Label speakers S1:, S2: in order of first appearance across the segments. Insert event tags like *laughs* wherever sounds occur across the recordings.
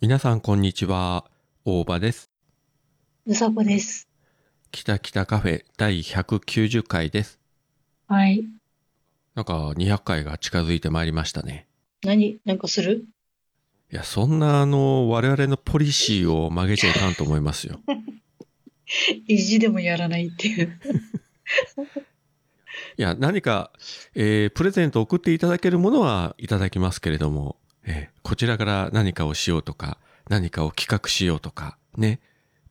S1: 皆さんこんにちは大場です
S2: うさこです。
S1: 北北カフェ第190回です
S2: はい。
S1: なんか200回が近づいてまいりましたね
S2: 何なんかする
S1: いやそんなあの我々のポリシーを曲げちゃいかんと思いますよ
S2: 意地でもやらないっていう。
S1: いや何か、えープレゼント送っていただけるものはいただきますけれども、えーこちらから何かをしようとか何かを企画しようとかね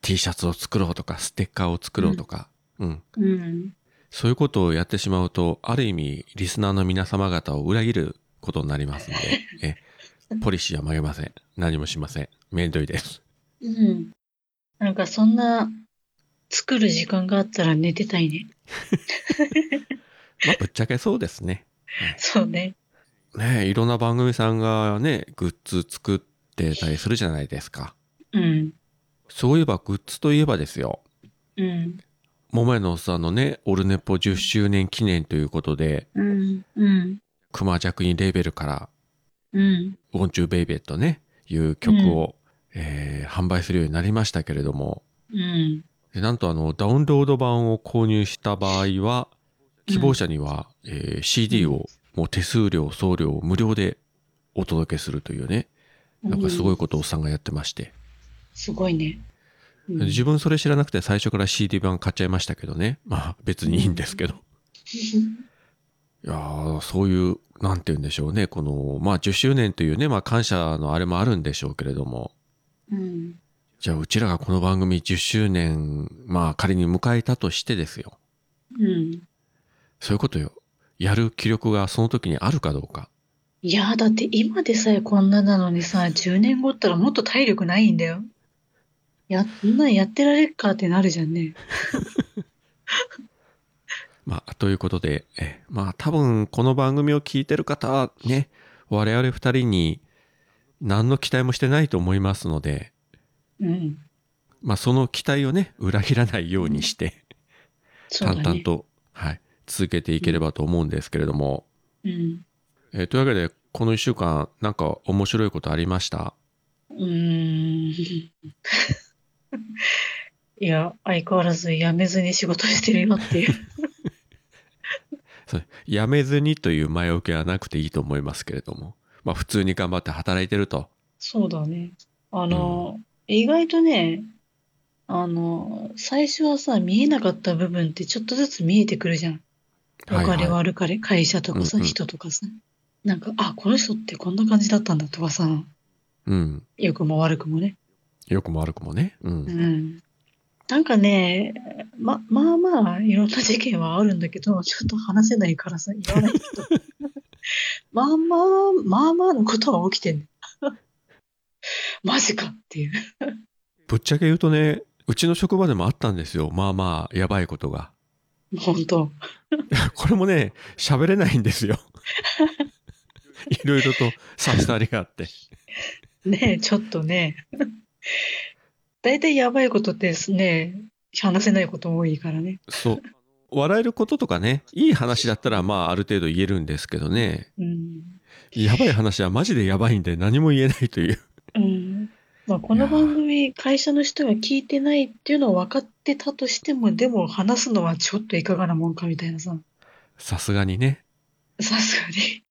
S1: T シャツを作ろうとかステッカーを作ろうとか、うん、
S2: うん。
S1: そういうことをやってしまうと、ある意味、リスナーの皆様方を裏切ることになりますので、えポリシーは曲げません。何もしません。めんどいです。
S2: うん。なんかそんな、作る時間があったら寝てたいね。
S1: まあ、ぶっちゃけそうですね。
S2: そうね。
S1: ねえいろんな番組さんがね、グッズ作ってたりするじゃないですか。
S2: うん。
S1: そういえば、グッズといえばですよ。
S2: うん。
S1: 桃屋のおっさんのね、オルネポ10周年記念ということで、
S2: うん。うん。
S1: 熊ジャクインレーベルから、
S2: うん。
S1: ウォンチューベイベットね、いう曲を、えー販売するようになりましたけれども、
S2: うん。
S1: でなんとあの、ダウンロード版を購入した場合は、希望者には、えー CD をもう手数料、送料無料でお届けするというね、なんかすご
S2: い。
S1: いことをおっさんがやってまして、
S2: すごいね。うん
S1: 自分それ知らなくて最初から CD 版買っちゃいましたけどね。 *laughs* まあ別にいいんですけど。いやーそういう、なんて言うんでしょうね、この、まあ10周年というね、まあ感謝のあれもあるんでしょうけれども、
S2: うん。
S1: じゃあうちらがこの番組10周年、まあ仮に迎えたとしてですよ。
S2: うん。
S1: そういうことよ。やる気力がその時にあるかどうか。
S2: いやーだって今でさえこんななのにさ、10年後ったらもっと体力ないんだよ。や、そんなんやってられっかってなるじゃんね。
S1: まあ、ということで、えまあ、多分この番組を聞いてる方はね、我々二人に何の期待もしてないと思いますので、
S2: うん。
S1: まあ、その期待をね、裏切らないようにして、
S2: そう
S1: 淡
S2: だ
S1: 々
S2: ね。
S1: と、はい、続けていければと思うんですけれども、
S2: うん。
S1: えというわけで、この一週間、なんか面白いことありました
S2: うーん *laughs* いや、相変わらず辞めずに仕事してるよっ
S1: *laughs*
S2: ていう。
S1: それやめずにという前置きはなくていいと思いますけれども、まあ、普通に頑張って働いてると。
S2: そうだね。あの、意外とね、あの、最初はさ、見えなかった部分ってちょっとずつ見えてくるじゃん。良
S1: はいは
S2: か
S1: い
S2: れ悪かれ、会社とかさ、
S1: うんうん
S2: 人とかさ。なんか、あ、この人ってこんな感じだったんだとかさ、
S1: うん。
S2: 良くも悪くもね。
S1: 良くも悪くもね。う。
S2: うんん。なんかね、ま、まあまあ、いろんな事件はあるんだけど、ちょっと話せないからさ、言わないけど。 *laughs* まあまあ、まあまあのことは起きてんね。 *laughs* マジかっていう。
S1: ぶっちゃけ言うとね、うちの職場でもあったんですよ。まあまあ、やばいことが。 *laughs*
S2: 本当。
S1: これもね、喋れないんですよ。 *laughs* いろいろと差し障りがあって。
S2: ねえちょっとね。大体やばいことってね、話せないこと多いからね。
S1: そう。笑えることとかね、いい話だったら、まあ、ある程度言えるんですけどね、
S2: うん。
S1: やばい話はマジでやばいんで何も言えないという。 *laughs*
S2: うん。まあ、この番組、会社の人が聞いてないっていうのは分かってたとしても、でも話すのはちょっといかがなもんかみたいなさ。
S1: さすがにね、
S2: さすがに。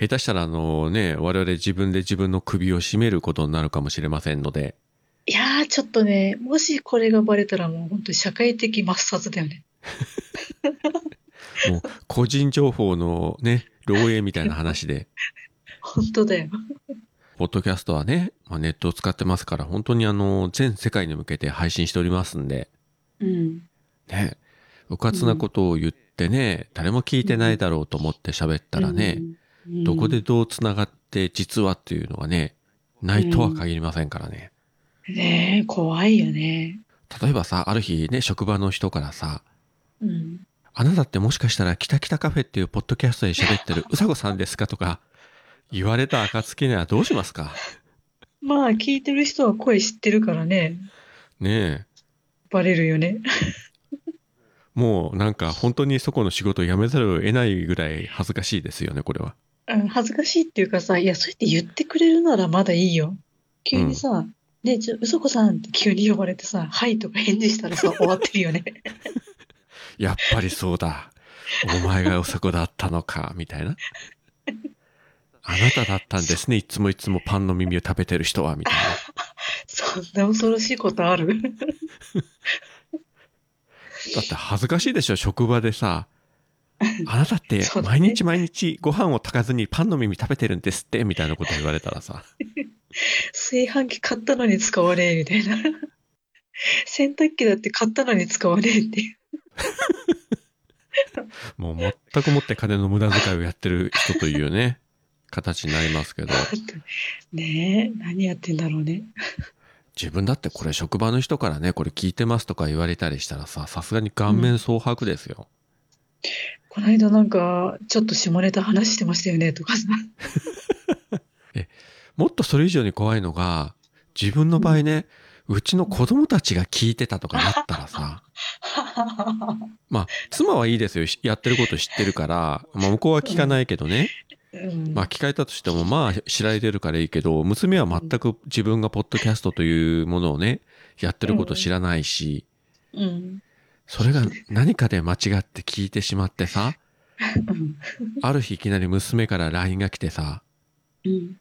S1: 下手したら、あのね、我々自分で自分の首を絞めることになるかもしれませんので、
S2: いやー、ちょっとね、もしこれがバレたらもう本当に社会的抹殺だよね。
S1: もう、個人情報のね、漏洩みたいな話で、
S2: 本当だよ。
S1: ポッドキャストはね、まあ、ネットを使ってますから、本当にあの、全世界に向けて配信しておりますんで、
S2: うん。
S1: ね、うかつなことを言ってね、誰も聞いてないだろうと思って喋ったらね、
S2: うん、うん
S1: どこでどうつながって実はっていうのがね、ないとは限りませんからね。
S2: ねえ、怖いよね。
S1: 例えばさ、ある日ね、職場の人からさ、
S2: うん。
S1: あなたってもしかしたら、キタキタカフェっていうポッドキャストで喋ってるうさこさんですかとか、言われた暁にはどうしますか
S2: まあ、聞いてる人は声知ってるからね、
S1: ねえ。
S2: バレるよね。
S1: もうなんか本当にそこの仕事を辞めざるを得ないぐらい恥ずかしいですよね、これは。
S2: うん、恥ずかしいっていうかさ、いや、そうやって言ってくれるならまだいいよ。急にさ、ねえ、ちょ、うそこさんって急に呼ばれてさ、はいとか返事したらさ、終わってるよね。 *laughs*
S1: やっぱりそうだ。お前がうそこだったのか、みたいな。あなただったんですね。いつもいつもパンの耳を食べてる人は、みたいな。
S2: そんな恐ろしいことある *laughs*
S1: だって恥ずかしいでしょ、職場でさ。あなたって
S2: そうだね
S1: 毎日毎日ご飯を炊かずにパンの耳食べてるんですって、みたいなこと言われたらさ。
S2: 炊飯器買ったのに使わねえみたいな。 *laughs* 洗濯機だって買ったのに使わねえっていう。 *laughs*
S1: もう全くもって金の無駄遣いをやってる人というよね、形になりますけど。
S2: ねえ、何やってんだろうね。
S1: 自分だってこれ職場の人からね、これ聞いてますとか言われたりしたらさ、さすがに顔面蒼白ですよ。
S2: この間なんか、ちょっと下ネタ話してましたよねとかさ。 *laughs*
S1: もっとそれ以上に怖いのが、自分の場合ね、うちの子供たちが聞いてたとかなったらさ、まあ、妻はいいですよ。しやってること知ってるから、まあ、向こうは聞かないけどね。
S2: うん
S1: まあ、聞かれたとしても、まあ、知られてるからいいけど、娘は全く自分がポッドキャストというものをね、やってること知らないし、
S2: うん。
S1: それが何かで間違って聞いてしまってさ、
S2: うん。
S1: ある日いきなり娘から LINE が来てさ、
S2: うん。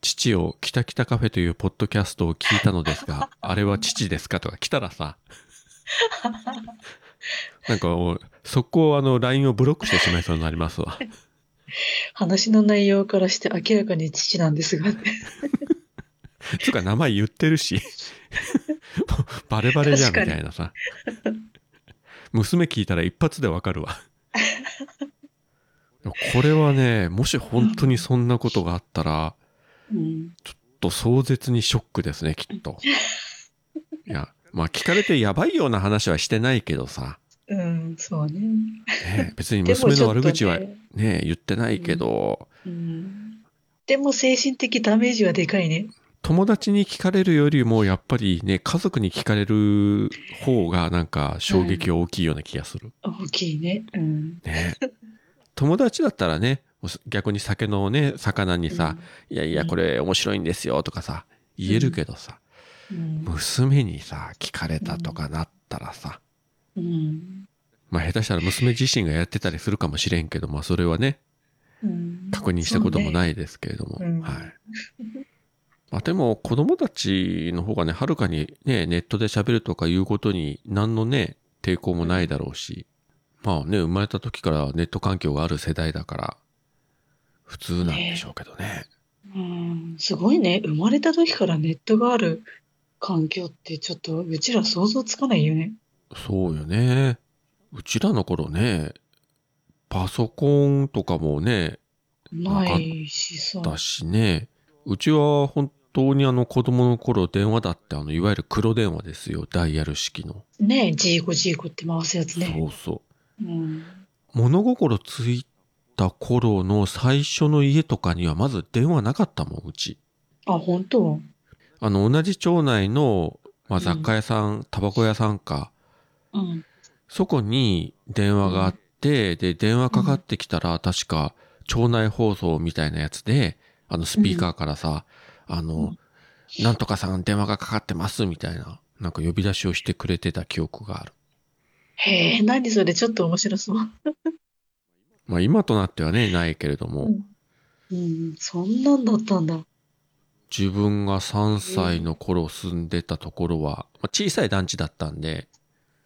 S1: 父をキタキタカフェというポッドキャストを聞いたのですが、あれは父ですかとか来たらさ、なんかもう、速攻あの LINE をブロックしてしまいそうになりますわ。
S2: 話の内容からして明らかに父なんですが、
S1: つうか名前言ってるし、 *laughs* もうバレバレじゃんみ
S2: 確か
S1: た
S2: に
S1: いなさ。娘聞いたら一発でわかるわ。でもこれはね、もし本当にそんなことがあったら、
S2: うん。
S1: ちょっと壮絶にショックですね、き
S2: *laughs*
S1: っと。いや、まあ聞かれてやばいような話はしてないけどさ、
S2: うん、そうね。 *laughs*
S1: ね、別に
S2: でも
S1: 娘
S2: ち
S1: の
S2: ょっ
S1: 悪
S2: と
S1: 口は
S2: ね
S1: ね、言ってないけど、
S2: うん。でも精神的ダメージはでかいね。
S1: 友達に聞かれるよりもやっぱりね、家族に聞かれる方がなんか衝撃大きいような気がする。
S2: 大きいね。うん。
S1: ね。友達だったらね、もう逆に酒のね、魚にさ、いやいや、これ面白いんですよとかさ、言えるけどさ、
S2: うん。
S1: 娘にさ、聞かれたとかなったらさ、
S2: うん。
S1: まあ下手したら娘自身がやってたりするかもしれんけど、まあそれはね、
S2: うん
S1: 確認したことも
S2: い。
S1: ないですけれども、
S2: そうねうん
S1: はい。まあでも子供たちの方がね、はるかにね、ネットで喋るとかいうことに何のね、抵抗もないだろうし、まあね、生まれた時からネット環境がある世代だから、普通なんでしょうけどね。
S2: うん。すごいね。生まれた時からネットがある環境ってちょっとうちら想像つかないよね。
S1: そうよね。うちらの頃ね、パソコンとかもね、
S2: ないしさ。
S1: だしね、うちは本当にあの子供の頃電話だってあの、いわゆる黒電話ですよ、ダイヤル式の。
S2: ねえ、ジーコジーコって回すやつね。
S1: そうそう。
S2: うん。
S1: 物心ついた頃の最初の家とかにはまず電話なかったもん、うち。
S2: あ、本当
S1: あの、同じ町内の、まあ、
S2: うん
S1: 雑貨屋さん、タバコ屋さんか、
S2: うん。
S1: そこに電話があって、で、電話かかってきたら、確か、町内放送みたいなやつで、あの、スピーカーからさ、あの、
S2: うん
S1: なんとかさん電話がかかってます、みたいな、なんか呼び出しをしてくれてた記憶がある。
S2: へえ、何それちょっと面白そう。
S1: まあ、今となってはね、ないけれども、
S2: うんうん、そんなんだったんだ。
S1: 自分が3歳の頃住んでたところは、まあ、小さい団地だったんで、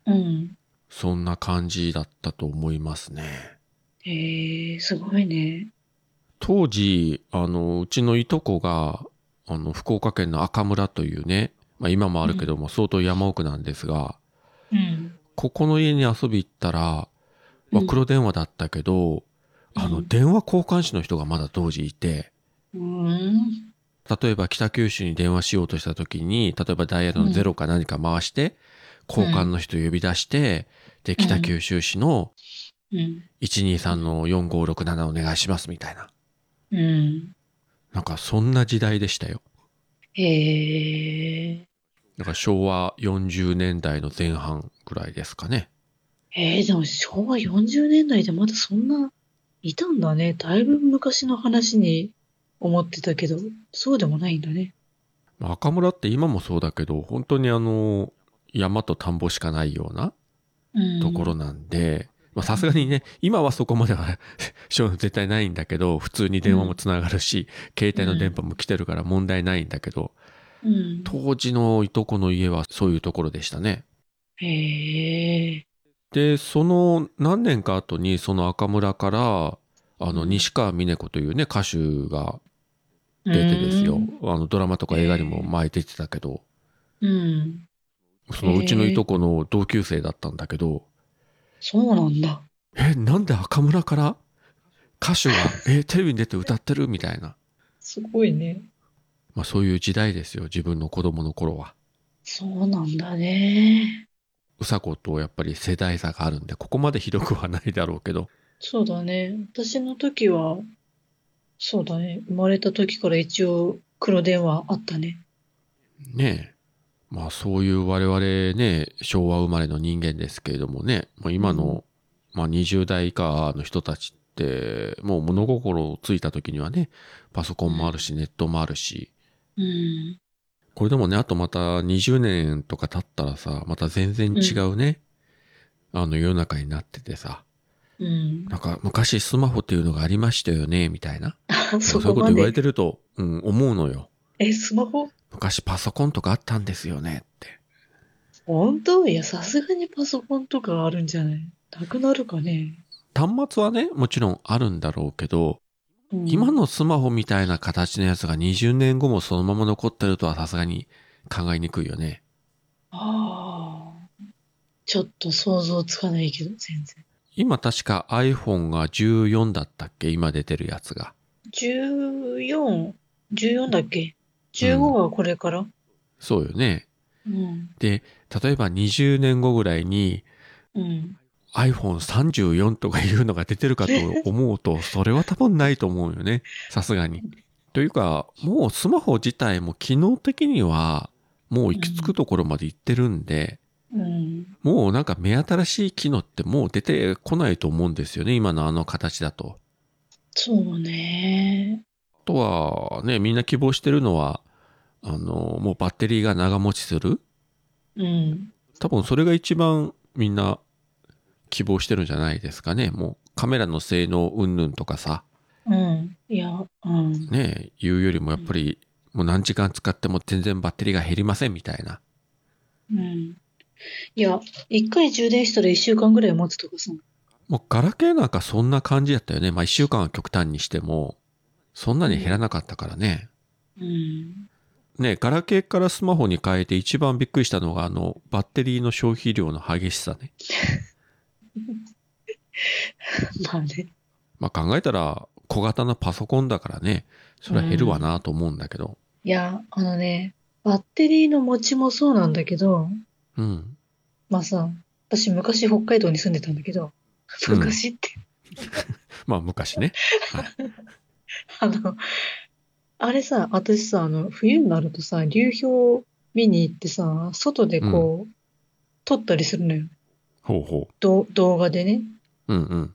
S2: うん。
S1: そんな感じだったと思いますね。
S2: へえ、すごいね。
S1: 当時、あの、うちのいとこが、あの、福岡県の赤村というね、まあ今もあるけども、相当山奥なんですが、
S2: うん。
S1: ここの家に遊び行ったら、まあ
S2: うん
S1: 黒電話だったけど、あ
S2: う
S1: の、
S2: ん
S1: 電話交換士の人がまだ当時いて、
S2: うん。
S1: 例えば北九州に電話しようとした時に、例えばダイヤルのゼロか何か回して、交換の人呼び出して、で、北九州市の
S2: うん。
S1: 123の4567お願いしますみたいな。
S2: うん。
S1: なんかそんな時代でしたよ。
S2: へえ。
S1: だから昭和40年代の前半ぐらいですかね。
S2: えー、でも昭和40年代でまだそんな、いたんだね。だいぶ昔の話に思ってたけど、そうでもないんだね。
S1: 赤村って今もそうだけど、本当にあの、山と田んぼしかないような
S2: うん
S1: ところなんで、まあさすがにね、今はそこまでは *laughs* しょ絶対ないんだけど、普通に電話もつながるし、携帯の電波も来てるから問題ないんだけど、
S2: うん。
S1: 当時のいとこの家はそういうところでしたね。
S2: へえ。
S1: で、その何年か後にその赤村から、あの、西川峰子というね、歌手が出てですよ。あの、ドラマとか映画にも前出てたけど、
S2: うん。うん。
S1: そのうちのいとこの同級生だったんだけど、
S2: そうなんだ。
S1: え、なんで赤村から歌 *laughs* 手が、え、テレビに出て歌ってるみたいな。
S2: すごいね。
S1: まあそういう時代ですよ、自分の子供の頃は。
S2: そうなんだね。
S1: うさことやっぱり世代差があるんで、ここまでひどくはないだろうけど、
S2: そうだね。私の時は、そうだね。生まれた時から一応黒電話あったね。
S1: ねえ。まあそういう我々ね、昭和生まれの人間ですけれどもね、もう今の、まあ20代以下の人たちって、もう物心をついた時にはね、パソコンもあるし、ネットもあるし、
S2: うん。
S1: これでもね、あとまた20年とか経ったらさ、また全然違うね、あの世の中になっててさ、
S2: うん。
S1: なんか昔スマホっていうのがありましたよね、みたいな。そ
S2: そう
S1: いう
S2: こ
S1: こと
S2: ま
S1: 言われ
S2: で。
S1: てると、うん、思うのよ。
S2: え、スマホ
S1: 昔パソコンとかあったんですよねって。
S2: 本当いや、さすがにパソコンとかあるんじゃないなくなるかね。
S1: 端末はね、もちろんあるんだろうけど、
S2: うん
S1: 今のスマホみたいな形のやつが20年後もそのまま残ってるとはさすがに考えにくいよね。
S2: ああ、ちょっと想像つかないけど、全然。
S1: 今確か iPhone が14だったっけ今出てるやつが。
S2: 14、14だっけ ?15 はこれから、
S1: そうよね。
S2: うん、
S1: で、例えば20年後ぐらいに
S2: うん。
S1: iPhone34 とかいうのが出てるか
S2: *laughs*
S1: と思うと、それは多分ないと思うよね。さすがに。というか、もうスマホ自体も機能的にはもう行き着くところまで行ってるんで、
S2: うん。
S1: もうなんか目新しい機能ってもう出てこないと思うんですよね。今のあの形だと。
S2: そうね。
S1: あとはね、みんな希望してるのは、あの、もうバッテリーが長持ちする。
S2: うん。
S1: 多分それが一番みんな希望してるんじゃないですかね。もうカメラの性能云々とかさ、
S2: うん。いや、うん。
S1: ね、言うよりもやっぱりもう何時間使っても全然バッテリーが減りませんみたいな。
S2: うん。いや、一回充電したら一週間ぐらい持つとかさ。
S1: もうガラケーなんかそんな感じだったよね。まあ一週間は極端にしても、そんなに減らなかったからね。
S2: うん。
S1: ね、ガラケーからスマホに変えて一番びっくりしたのがあのバッテリーの消費量の激しさね。
S2: まあね。
S1: まあ考えたら小型のパソコンだからね、それは減るわなと思うんだけど。
S2: いや、あのね、バッテリーの持ちもそうなんだけど、
S1: うん
S2: まあさ、私昔北海道に住んでたんだけど、
S1: うん
S2: 昔って、
S1: まあ昔ね。
S2: あの、あれさ、私さ、あの、冬になるとさ、流氷見に行ってさ、外でこう、撮ったりするのよ。
S1: ほうほ
S2: ど動画でね。
S1: う。うんうん。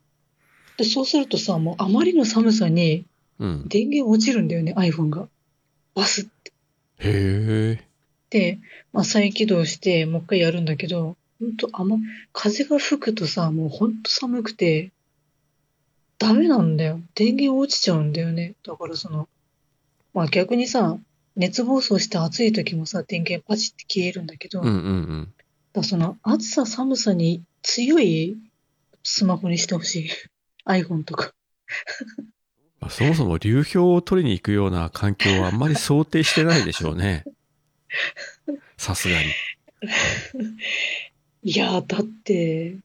S2: で、そうするとさ、もうあまりの寒さに
S1: うん。
S2: 電源落ちるんだよね、iPhone が。バスっ
S1: へえ。
S2: て、まあ、再起動して、もう一回やるんだけど、ほんとあま、風が吹くとさ、もうほんと寒くて、ダメなんだよ。電源落ちちゃうんだよね。だからその、まあ逆にさ、熱暴走して暑い時もさ、電源パチって消えるんだけど、
S1: うんう
S2: だか
S1: んうん。
S2: らその暑さ寒さに強いスマホにしてほしい。iPhone とか。
S1: まあ、そもそも流氷を取りに行くような環境はあんまり想定してないでしょうね。さすがに。
S2: いやー、だって、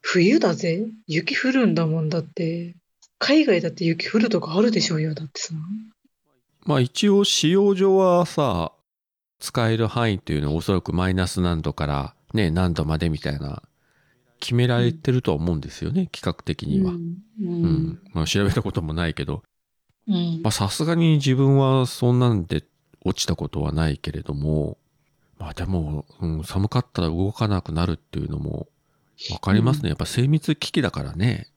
S2: 冬だぜ。雪降るんだもんだって。海外だって雪降るとかあるでしょうよ。だってさ。
S1: まあ一応使用上はさ、使える範囲っていうのはおそらくマイナス何度からね、何度までみたいな、決められてるとは思うんですよね、企画的には。
S2: うん。
S1: う
S2: う
S1: んん。まあ調べたこともないけど、
S2: うん
S1: まあさすがに自分はそんなんで落ちたことはないけれども、まあでも、うん、寒かったら動かなくなるっていうのもわかりますね。やっぱ精密機器だからね。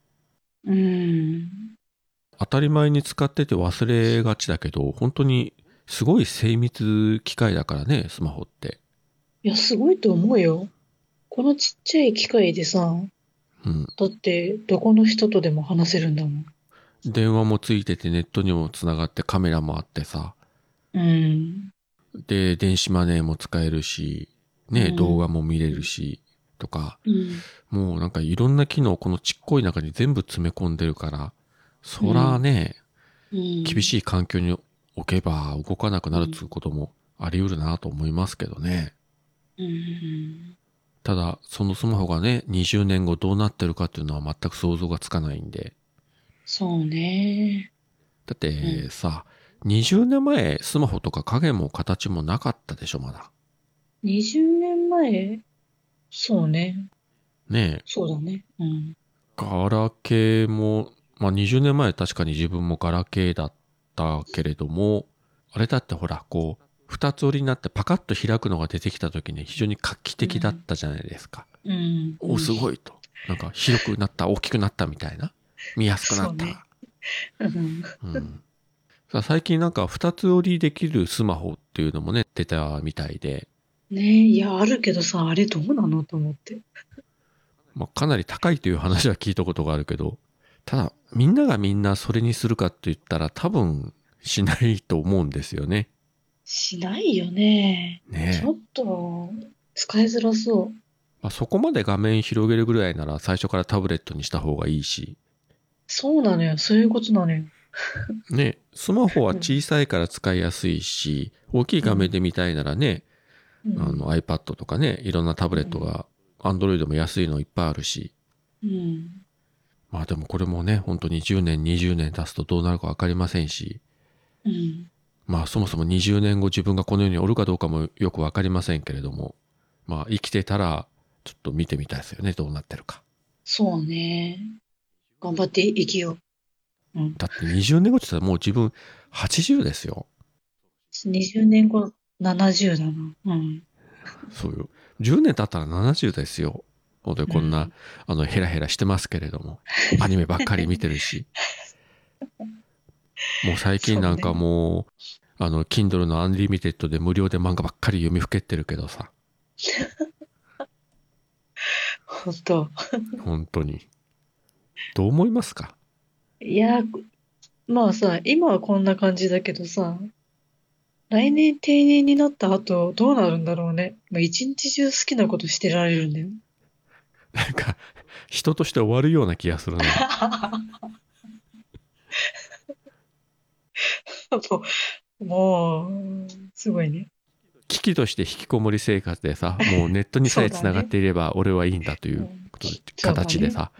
S2: うん。
S1: 当たり前に使ってて忘れがちだけど、本当にすごい精密機械だからね、スマホって。
S2: いや、すごいと思うよ。このちっちゃい機械でさ、
S1: うん。
S2: だって、どこの人とでも話せるんだもん。
S1: 電話もついてて、ネットにもつながって、カメラもあってさ。
S2: うん。
S1: で、電子マネーも使えるし、ね、
S2: うん
S1: 動画も見れるし、とか、
S2: うん。
S1: もうなんかいろんな機能をこのちっこい中に全部詰め込んでるから、そらね、
S2: うん、
S1: 厳
S2: い。
S1: しい環境に置けば動かなくなるっていうこともあり得るなと思いますけどね。
S2: うん。
S1: ただ、そのスマホがね、20年後どうなってるかっていうのは全く想像がつかないんで。
S2: そうね。
S1: だって、
S2: う
S1: さ、20年前、スマホとか影も形もなかったでしょ、まだ。
S2: 20年前、そうね。
S1: ねえ。
S2: そうだね。うん。
S1: ガラケーも、まあ、20年前確かに自分もガラケーだったけれども、あれだってほら、こう、二つ折りになってパカッと開くのが出てきた時に非常に画期的だったじゃないですか。
S2: うん。
S1: お、すごいと。なんか広くなった、大きくなったみたいな。見やすくなった。
S2: そうねうん。
S1: うん。さあ最近なんか二つ折りできるスマホっていうのもね、出たみたいで、
S2: ねいや、あるけどさ、あれどうなのと思って。
S1: まあ、かなり高いという話は聞いたことがあるけど、ただ、みんながみんなそれにするかって言ったら多分しないと思うんですよね。
S2: しないよね。
S1: ね
S2: ち
S1: え
S2: ょっと、使いづらそ
S1: まあ、そこまで画面広げるぐらいなら最初からタブレットにした方がいいし、
S2: う。そうなのよ。そういうことなのよ。
S1: ね、スマホは小さいから使いやすいし、大きい画面で見たいならね、
S2: うん。
S1: あの iPad とかね、いろんなタブレットが、Android も安いのいっぱいあるし、
S2: うん。
S1: まあでもこれもね、本当に10年、20年経つとどうなるかわかりませんし、
S2: うん。
S1: まあそもそも20年後自分がこの世におるかどうかもよくわかりませんけれども、まあ生きてたらちょっと見てみたいですよね、どうなってるか。
S2: そうね。頑張って生きよう。うん。
S1: だって20年後って言ったらもう自分80ですよ。
S2: 20年後、70だな。うん。
S1: そうよ。10年経ったら70ですよ。本当にこんな、
S2: うん
S1: あの、ヘラヘラしてますけれども、アニメばっかり見てる *laughs* し。もう最近なんかもう、あの、Kindle の Unlimited で無料で漫画ばっかり読みふけってるけどさ、
S2: 本当。
S1: 本当に。どう思いますか
S2: いや、まあさ、今はこんな感じだけどさ、来年定年になった後、どうなるんだろうね。まあ、一日中好きなことしてられるんだよ。
S1: なんか、人として終わるような気がす *laughs* るね。
S2: *laughs* もう、もう、すごいね。
S1: 危機として引きこもり生活でさ、もうネットにさえ
S2: そうだね
S1: 繋がっていれば俺はいいんだということで形でさ、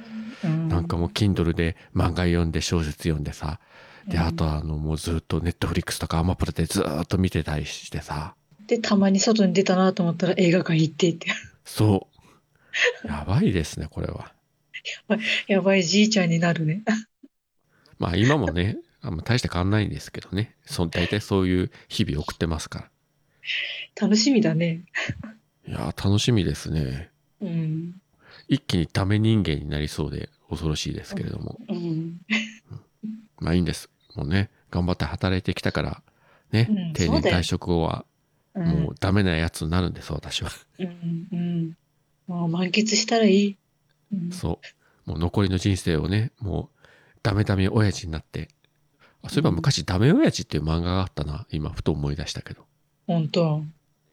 S2: うん、
S1: なんかもう Kindle で漫画読んで小説読んでさ、で、
S2: うん
S1: あとはあの、もうずっとネットフリックスとかアマプラでずーっと見てたりしてさ、
S2: で、たまに外に出たなと思ったら映画館行ってって。 *laughs*
S1: そう。やばいですね、これは。
S2: やばいじいちゃんになるね。
S1: まあ今もね、あんま大して変わんないんですけどね。そう、大体そういう日々送ってますか
S2: 楽しみだね。
S1: ら。いやー、楽しみですね。
S2: うん。
S1: 一気にダメ人間になりそうで恐ろしいですけれども。
S2: うん。
S1: まあいいんです。もうね、頑張って働いてきたから、ね、
S2: うん
S1: 定
S2: そう
S1: 年
S2: だよ
S1: 退職後は
S2: うん
S1: もうダメなやつになるんです、私は。
S2: うん。うん。もう満喫したらいい。うん
S1: そう。もう残りの人生をね、もうダメダメ親父になって。あそういえば昔、ダメ親父っていう漫画があったな。今、ふと思い出したけど。
S2: 本当。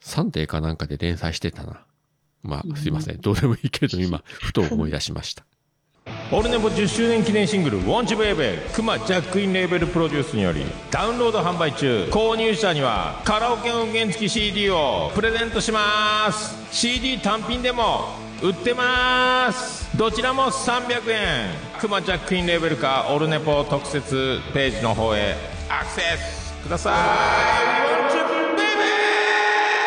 S1: サンデーかなんかで連載してたな。ま
S2: うん
S1: あ、すいません。どうでもいいけれど、今、ふと思い出しま
S2: *laughs*
S1: した。
S3: オルネポ10周年記念シングル「ウォンチベイベー」クマジャックインレーベルプロデュースによりダウンロード販売中購入者にはカラオケ音源付き CD をプレゼントします CD 単品でも売ってますどちらも300円クマジャックインレーベルかオルネポ特設ページの方へアクセスくださいウォンチベイベ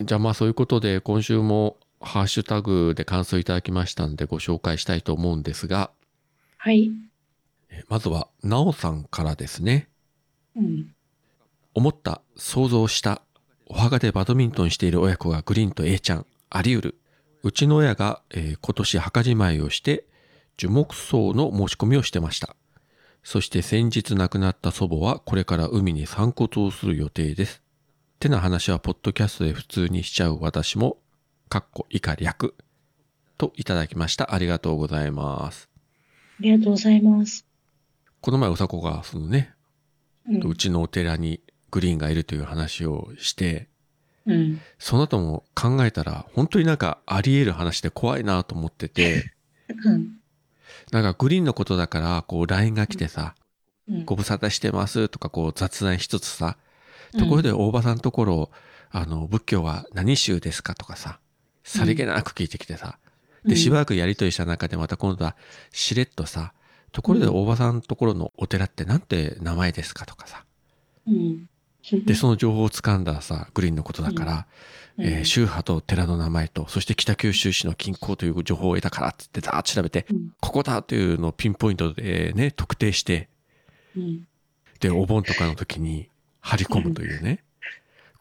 S3: ー
S1: じゃあまあ、そういうことで、今週も、ハッシュタグで感想いただきましたんで、ご紹介したいと思うんですが、
S2: はい。
S1: えまずは、なおさんからですね。
S2: うん。
S1: 思った、想像した、お墓でバドミントンしている親子がグリーンと A ちゃん、あり得る。うちの親が、えー今年墓じまいをして、樹木葬の申し込みをしてました。そして先日亡くなった祖母はこれから海に散骨をする予定です。てな話はポッドキャストで普通にしちゃう私も、かっこ以下略、といただきました。ありがとうございます。
S2: りがとうございます。
S1: この前、うさこが、そのね、
S2: うん
S1: うちのお寺にグリーンがいるという話をして、
S2: うん。
S1: その後も考えたら、本当になんかあり得る話で怖いなと思って
S2: *laughs*
S1: て、
S2: うん。
S1: なんかグリーンのことだから、こう LINE が来てさ、
S2: うん。
S1: ご無沙汰してますとか、こう雑談一つさ、ところで大場さんところ、あの、仏教は何宗ですかとかさ、さりげなく聞いてきてさ、
S2: うん、
S1: で、しばらくやりとりした中でまた今度はしれっとさ、ところで大場さんところのお寺ってなんて名前ですかとかさ、
S2: うん。
S1: で、その情報を掴んださ、グリーンのことだから、
S2: うん
S1: えー宗派と寺の名前と、そして北九州市の近郊という情報を得たからって言って、ざーっと調べて、
S2: うん
S1: ここだというのをピンポイントでね、特定して、
S2: うん。
S1: で、お盆とかの時に張り込むというね、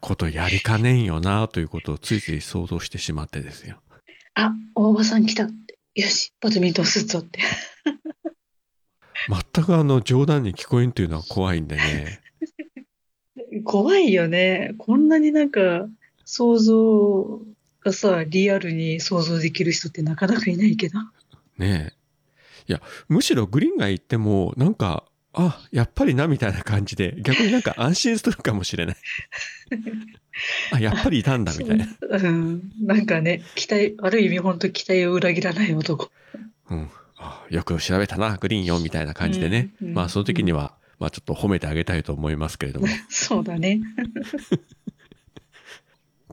S1: ことやりかねんよなということをついつい想像してしまってですよ。
S2: あ、大場さん来たって。よし、バドミントンするぞって。
S1: 全くあの冗談に聞こえんというのは怖いんで
S2: *laughs*
S1: ね。
S2: 怖いよね。こんなになんか、想像がさ、リアルに想像できる人ってなかなかいないけど。
S1: ねえ。いや、むしろグリーンが行っても、なんか、あ、やっぱりな、みたいな感じで、逆になんか安心するかもし
S2: *laughs*
S1: れない。あ、やっぱりいたんだ、みたいな。
S2: うん。なんかね、期待、ある意味本当期待を裏切らない男。
S1: うん。あよく調べたな、グリーンよ、みたいな感じでね。
S2: うんうん
S1: まあ、その時には、まあ、ちょっと褒めてあげたいと思いますけれども。
S2: そうだね。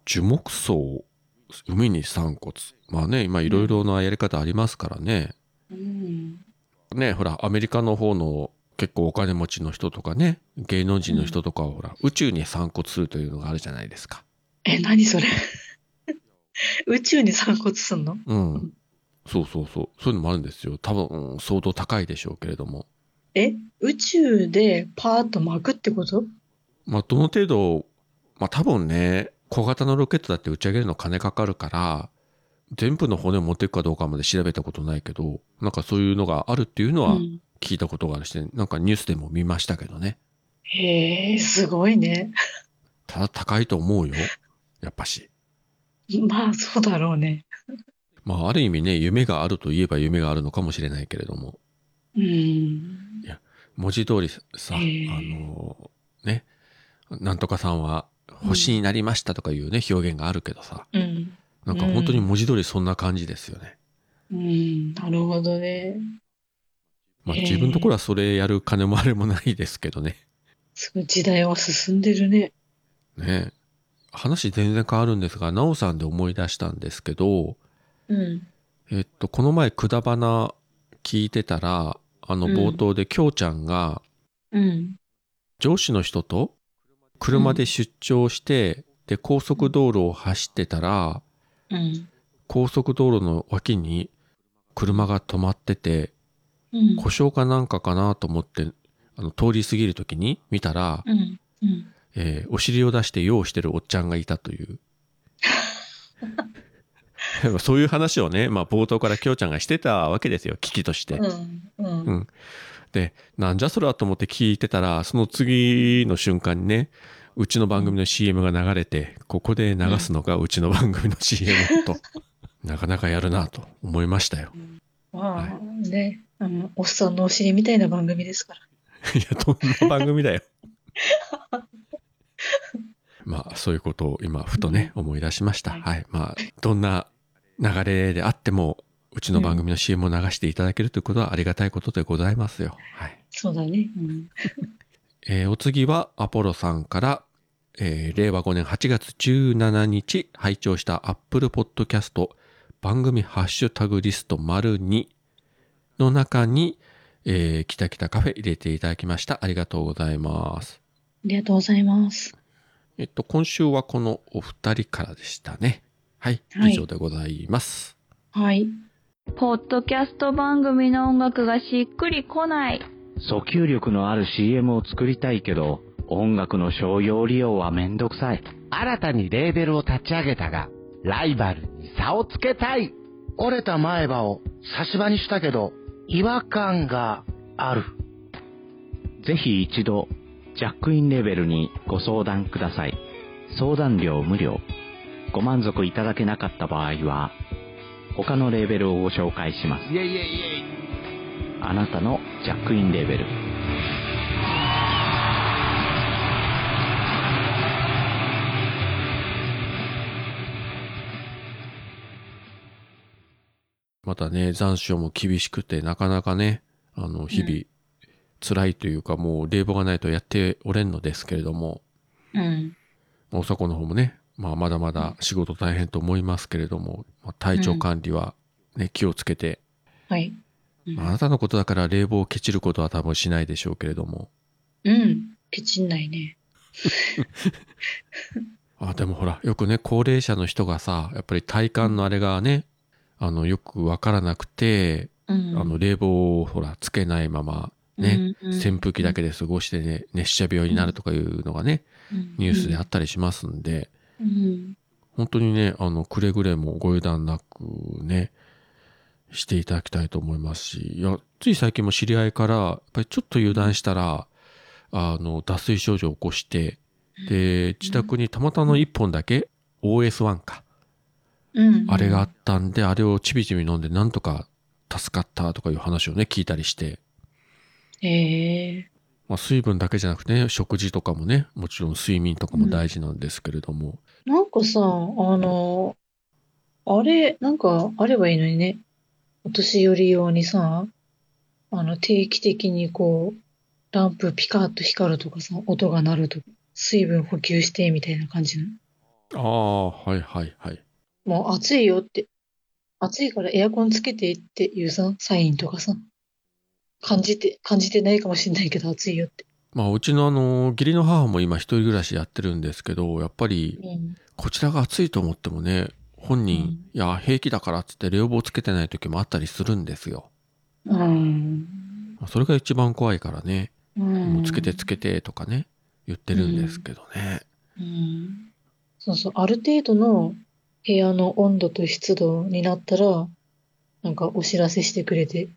S1: 樹木葬、海に散骨。まあね、今いろいろなやり方ありますからね。
S2: うん。
S1: ね、ほら、アメリカの方の結構お金持ちの人とかね、芸能人の人とかはほら、宇宙に散骨するというのがあるじゃないですか。
S2: え、何それ *laughs* 宇宙に散骨すんの
S1: うん。そうそうそう。そういうのもあるんですよ。多分、うん相当高いでしょうけれども。
S2: え、宇宙でパーッと巻くってこと
S1: まあ、どの程度、まあ多分ね、小型のロケットだって打ち上げるの金かかるから、全部の骨を持っていくかどうかまで調べたことないけど、なんかそういうのがあるっていうのは、
S2: うん
S1: 聞いたことがあるし、なんかニュースでも見ましたけどね。
S2: へえ、すごいね。
S1: ただ高いと思うよ。やっぱし。
S2: まあ、そうだろうね。
S1: まあ、ある意味ね、夢があると言えば夢があるのかもしれないけれども、
S2: うん。
S1: 文字通りさ、あ
S2: へえ
S1: の、ね、なんとかさんは星になりましたとかいうね、表現があるけどさ、
S2: うん。
S1: なんか本当に文字通りそんな感じですよね。
S2: うん、なるほどね。
S1: まあ、
S2: へえ
S1: 自分のところはそれやる金もあれもないですけどね。
S2: すごい時代は進んでるね。
S1: ね。話全然変わるんですが、なおさんで思い出したんですけど、
S2: うん。
S1: えっと、この前、くだばな聞いてたら、あの、
S2: うん
S1: 冒頭で、きょうちゃんが、
S2: うん。
S1: 上司の人と、車で出張して、で、高速道路を走ってたら、
S2: うん。
S1: 高速道路の脇に、車が止まってて、
S2: うん。
S1: 故障かなんかかなと思って、あの、通り過ぎるときに見たら、
S2: うん。うん。
S1: えーお尻を出して用をしてるおっちゃんがいたという。 *laughs* そういう話をね、まあ、冒頭からきょうちゃんがしてたわけですよ、危機として。
S2: うん。
S1: うんで、なんじゃそれはと思って聞いてたら、その次の瞬間にね、うちの番組の CM が流れて、ここで流すのがうちの番組の CM
S2: *laughs*
S1: と、なかなかやるなと思いましたよ。
S2: まあ、ね。あの、おっさんのお尻みたいな番組ですから。
S1: いや、どんな番組だよ。まあ、そういうことを今、ふとね、思い出しました。
S2: はい
S1: はい。まあ、どんな流れであっても、うちの番組の CM を流していただけるということはありがたいことでございますよ。はい。
S2: そうだね。うん。
S1: えーお次はアポロさんから、えー令和5年8月17日拝聴したアップルポッドキャスト番組ハッシュタグリスト丸2の中に、えー、キタキタカフェ入れていただきました。ありがとうございます。
S2: ありがとうございます。
S1: えっと、今週はこのお二人からでしたね。はい。
S2: はい
S1: 以上でございます。
S2: はい。
S4: ポッドキャスト番組の音楽がしっくりこない。
S5: 訴求力のある CM を作りたいけど、音楽の商用利用はめんどくさい。
S6: 新たにレーベルを立ち上げたが、ライバルに差をつけたい。
S7: 折れた前歯を差し歯にしたけど、
S6: 違和感がある。
S5: ぜひ一度、ジャックインレベルにご相談ください。相談料無料。ご満足いただけなかった場合は、他のレーベルをご紹介します。
S6: イェイイェイイェイ。
S5: あなたのジャックインレベル。
S1: またね、残暑も厳しくて、なかなかね、あの、日々、辛いというか、もう冷房がないとやっておれんのですけれども、
S2: うん。
S1: まあおさこの方もね、まあ、まだまだ仕事大変と思いますけれども、まあ体調管理は、ね、気をつけて、
S2: はい。うん
S1: まああなたのことだから冷房をケチることは多分しないでしょうけれども、
S2: うん。ケチんないね。
S1: あ、でもほら、よくね、高齢者の人がさ、やっぱり体感のあれがね、あの、よくわからなくて、
S2: うん。
S1: あの、冷房をほら、つけないまま、ね、
S2: うん、
S1: 扇風機だけで過ごしてね、熱射病になるとかいうのがね、ニュースであったりしますんで、
S2: うん。うん。
S1: 本当にね、あの、くれぐれもご油断なくね、していただきたいと思いますし、いや、つい最近も知り合いから、やっぱりちょっと油断したら、あの、脱水症状を起こして、で、自宅にたまたまの1本だけ、OS1 か、
S2: うん。
S1: あれがあったんで、あれをちびちび飲んで、なんとか助かったとかいう話をね、聞いたりして、
S2: ええ
S1: まあ、水分だけじゃなくてね、食事とかもね、もちろん睡眠とかも大事なんですけれども、
S2: なんかさ、あの、あれ、なんかあればいいのにね。お年寄り用にさ、あの、定期的にこう、ランプピカッと光るとかさ、音が鳴るとか、水分補給してみたいな感じなの。
S1: ああ、はいはいはい。
S2: もう暑いよって、暑いからエアコンつけてっていうさ、サインとかさ、感じて、感じてないかもしれないけど暑いよって。
S1: まあ、うちのあの、義理の母も今一人暮らしやってるんですけど、やっぱり、
S2: うん。
S1: こちらが暑いと思ってもね、本人、
S2: うん
S1: いや、平気だからっつって冷房つけてない時もあったりするんですよ。
S2: うん。
S1: まあそれが一番怖いからね、
S2: うん
S1: もうつけてつけてとかね、言ってるんですけどね。
S2: うんそうそう、ある程度の部屋の温度と湿度になったら、なんかお知らせしてくれて、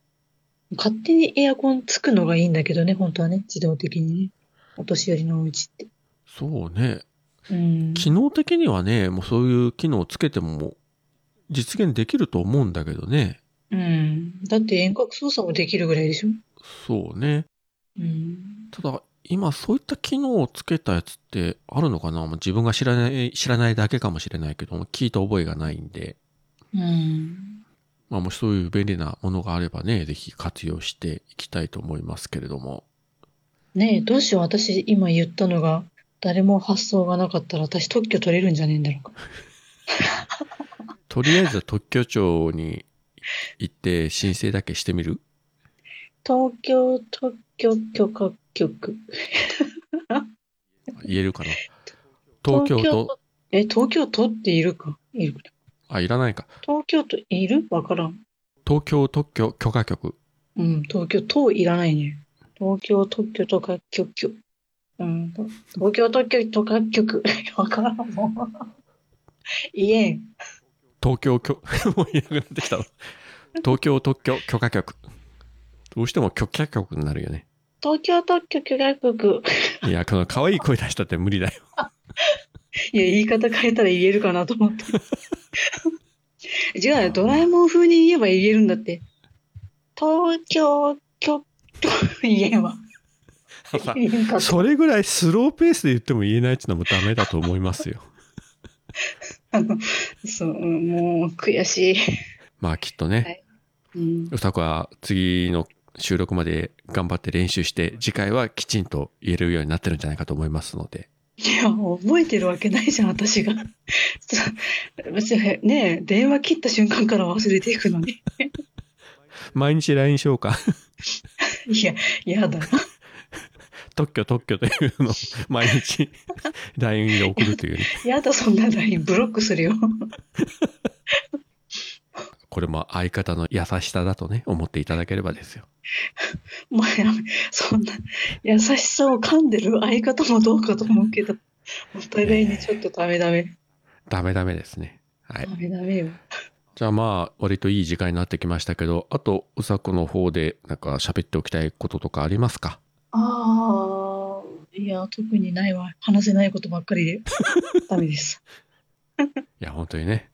S2: 勝手にエアコンつくのがいいんだけどね、本当はね、自動的にね。お年寄りのお家って。
S1: そうね。
S2: うん。
S1: 機能的にはね、もうそういう機能をつけても実現できると思うんだけどね。
S2: うん。だって遠隔操作もできるぐらいでしょ
S1: そうね。
S2: うん。
S1: ただ、今そういった機能をつけたやつってあるのかなもう自分が知らない、知らないだけかもしれないけども、聞いた覚えがないんで。
S2: うん。
S1: まあもしそういう便利なものがあればね、ぜひ活用していきたいと思いますけれども。
S2: ねえ、どうしよう、私今言ったのが、誰も発想がなかったら私特許取れるんじゃねえんだろうか。
S1: とりあえず特許庁に行って申請だけしてみる
S2: 東京特許許可局。
S1: 言えるかな東京都、
S2: え、東京都っているかいるか
S1: あ、いらないか。
S2: 東京都いるわからん。
S1: 東京特許許可局。
S2: うん、東京都いらないね。東京特許とか局局。うん、東京特許とか局。 *laughs* わからんもん。言えん。
S1: 東京許、 *laughs* もういなくなってきたの。東京特許許可局。どうしても許可局になるよね。
S2: 東京特許許可局。
S1: いや、この可愛い声出したって無理だよ。
S2: いや、言い方変えたら言えるかなと思って。違うよ、ドラえもん風に言えば言えるんだって。東京局、言えんわ。言えんかった
S1: *laughs* それぐらいスローペースで言っても言えないっていうのもダメだと思いますよ。
S2: あのそう、うんもう悔しい。
S1: まあきっとね、
S2: うん
S1: うさこは次の収録まで頑張って練習して、次回はきちんと言えるようになってるんじゃないかと思いますので。
S2: いや、覚えてるわけないじゃん、私が。そう別にねえ、電話切った瞬間から忘れていくのに。
S1: 毎日 LINE しようか。 *laughs*
S2: いや、やだ。
S1: 特許特許というのを *laughs* 毎日 LINE で送るというね。
S2: やだ、そんな LINE ブロックするよ。
S1: これも相方の優しさだとね、思っていただければですよ。
S2: もうやめそんな、優しさを噛んでる相方もどうかと思うけど、お互いにちょっとダメダメ。
S1: ダメダメですね。はい
S2: ダ。メダメよ。
S1: じゃあまあ、割といい時間になってきましたけど、あと、うさこの方で、なんか喋っておきたいこととかありますか
S2: ああ、いや、特にないわ。話せないことばっかりで。ダメです。
S1: いや、本当にね。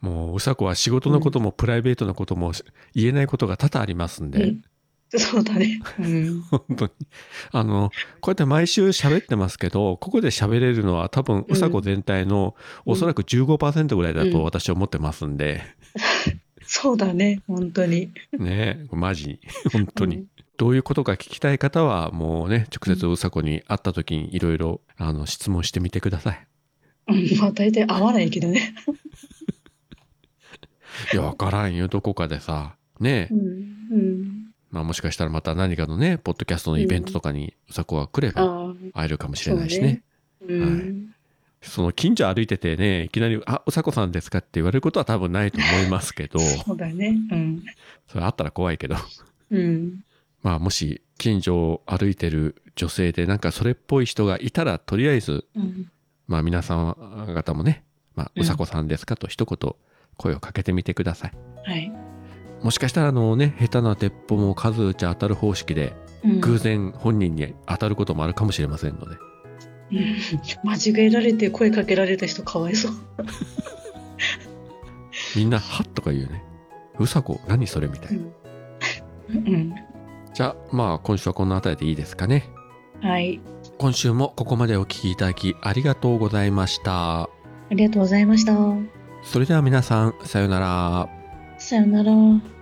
S1: もう、うさこは仕事のこともプライベートのことも言えないことが多々ありますんで、
S2: うんそうだね。うん。
S1: 本当に。あの、こうやって毎週喋ってますけど、ここで喋れるのは多分、うさこ全体の
S2: うん
S1: おそらく15%ぐらいだ
S2: う
S1: と
S2: ん
S1: 私は思ってますんで、
S2: そうだね。本当に。
S1: ね、マジ、本当
S2: う
S1: に
S2: ん。
S1: どういうことか聞きたい方は、もうね、直接うさこに会った時にいろいろ、あの、質問してみてください。
S2: うんまあ大体合わないけどね。
S1: いや、わからんよ、どこかでさ、ね
S2: う、ん。うん。
S1: まあもしかしたらまた何かのね、ポッドキャストのイベントとかにうさこが来れば
S2: ああ、
S1: 会えるかもしれないし
S2: そう
S1: ね
S2: ね。うん。
S1: その近所歩いててね、いきなり、あ、うさこさんですかって言われることは多分ないと思います
S2: *laughs*
S1: けど、
S2: そうだね。うん。
S1: それあったら怖いけど。
S2: うん。
S1: まあもし近所を歩いてる女性でなんかそれっぽい人がいたら、とりあえず、
S2: うん。
S1: まあ皆さん方もね、まあ
S2: うん
S1: うさこさんですかと一言声をかけてみてください。
S2: はい。
S1: もしかしたらあのね、下手な鉄砲も数打ち当たる方式で、
S2: うん
S1: 偶然本人に当たることもあるかもしれませんので。
S2: うん間違えられて声かけられた人かわいそう。
S1: みんな、はっとか言うね。うさこ、何それみたいな。
S2: うん。
S1: じゃあ、まあ、今週はこの辺りでいいですかね。
S2: はい。
S1: 今週もここまでお聞きいただきありがとうございました。
S2: ありがとうございました。
S1: それでは皆さん、さようなら。
S2: さよなら。